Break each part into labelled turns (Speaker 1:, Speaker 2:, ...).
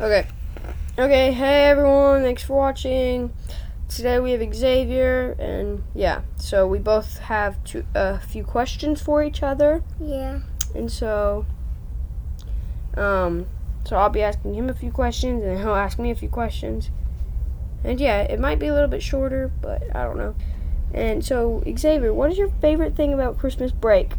Speaker 1: Okay. Okay, hey everyone, thanks for watching. Today we have Xavier, and yeah, so we both have two, a few questions for each other,
Speaker 2: Yeah.
Speaker 1: and so, um, so I'll be asking him a few questions, and he'll ask me a few questions. And yeah, it might be a little bit shorter, but I don't know. And so, Xavier, what is your favorite thing about Christmas break?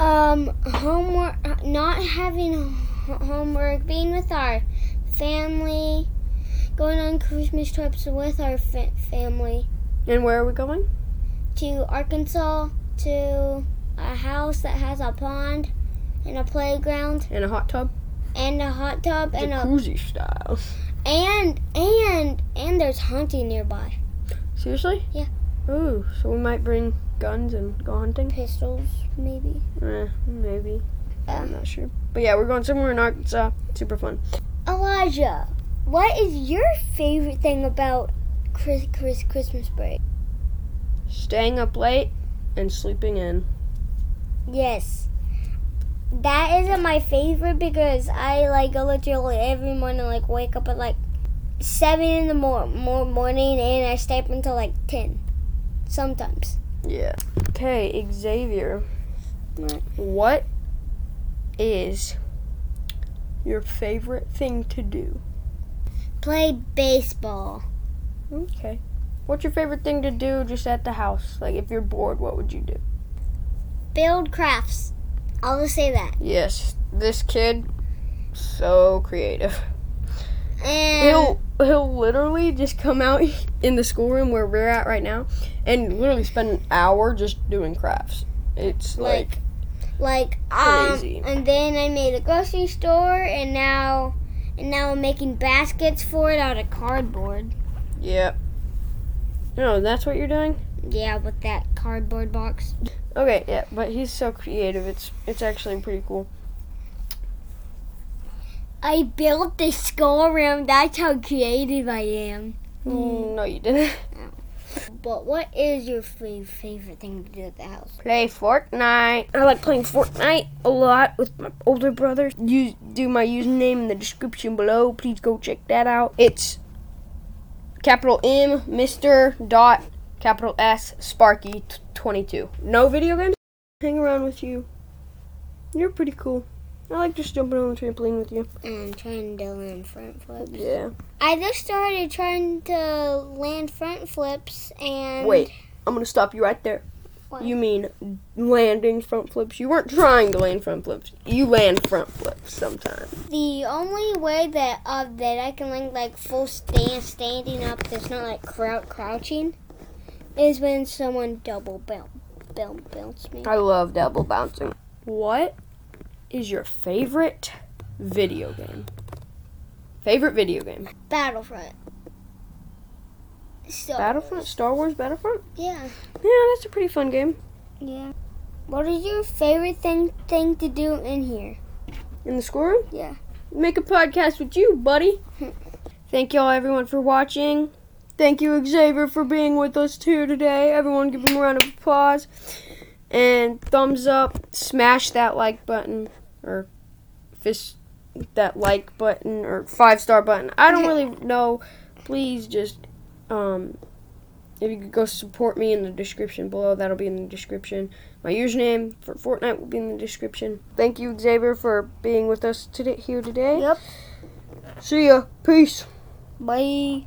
Speaker 2: Um, homework, not having h- homework, being with our family, going on Christmas trips with our fa- family
Speaker 1: And where are we going?
Speaker 2: to Arkansas, to a house that has a pond and a playground
Speaker 1: In a hot tub?
Speaker 2: and a hot tub and a
Speaker 1: Jacuzzi style.
Speaker 2: and and and there's hunting nearby.
Speaker 1: Seriously?
Speaker 2: Yeah.
Speaker 1: Ooh, so we might bring guns and go hunting?
Speaker 2: Pistols, maybe.
Speaker 1: Eh, maybe. I'm
Speaker 2: Um,
Speaker 1: not sure. But yeah, we're going somewhere in Arkansas. Super fun.
Speaker 2: Elijah, what is your favorite thing about Chris, Chris Christmas break?
Speaker 1: Staying up late and sleeping in.
Speaker 2: Yes. That isn't my favorite because I like literally every morning like wake up at like seven in the mor- mor- morning and I stay up until like ten, sometimes.
Speaker 1: Yeah. Okay, Xavier.
Speaker 2: What?
Speaker 1: What is your favorite thing to do?
Speaker 2: Play baseball.
Speaker 1: Okay. What's your favorite thing to do just at the house? Like if you're bored, what would you do?
Speaker 2: Build crafts. I'll just say that.
Speaker 1: Yes, this kid so creative.
Speaker 2: And
Speaker 1: he'll he'll literally just come out in the schoolroom where we're at right now and literally spend an hour just doing crafts. It's
Speaker 2: Like-
Speaker 1: like,
Speaker 2: like um
Speaker 1: Crazy.
Speaker 2: and then I made a grocery store and now and now I'm making baskets for it out of cardboard.
Speaker 1: yeah. No, that's what you're doing?
Speaker 2: Yeah, with that cardboard box.
Speaker 1: Okay, yeah, but he's so creative. It's it's actually pretty cool.
Speaker 2: I built the schoolroom. That's how creative I am.
Speaker 1: No, you didn't.
Speaker 2: But what is your fa- favorite thing to do at the house?
Speaker 1: Play Fortnite. I like playing Fortnite a lot with my older brother. You do my username in the description below. Please go check that out. It's capital M Mr. Dot capital S Sparky t- 22. No video games. Hang around with you. You're pretty cool. I like just jumping on the trampoline with you.
Speaker 2: And Um, trying to land front flips.
Speaker 1: Yeah.
Speaker 2: I just started trying to land front flips and.
Speaker 1: Wait, I'm gonna stop you right there.
Speaker 2: What?
Speaker 1: You mean landing front flips? You weren't trying to land front flips. You land front flips sometimes.
Speaker 2: The only way that uh, that I can land like full stand standing up that's not like crou- crouching is when someone double bounce, bounce, bounce me.
Speaker 1: I love double bouncing. What is your favorite video game? Favorite video game?
Speaker 2: Battlefront. So,
Speaker 1: Battlefront? Star Wars Battlefront?
Speaker 2: Yeah.
Speaker 1: Yeah, that's a pretty fun game.
Speaker 2: Yeah. What is your favorite thing thing to do in here?
Speaker 1: In the score?
Speaker 2: Yeah.
Speaker 1: Make a podcast with you, buddy. Thank y'all, everyone, for watching. Thank you, Xavier, for being with us too today. Everyone, give him a round of applause. And thumbs up. Smash that like button. Or fist that like button. Or five star button. I don't really know. Please just, um, if you could go support me in the description below, that'll be in the description. My username for Fortnite will be in the description. Thank you, Xavier, for being with us today here today.
Speaker 2: Yep.
Speaker 1: See ya. Peace.
Speaker 2: Bye.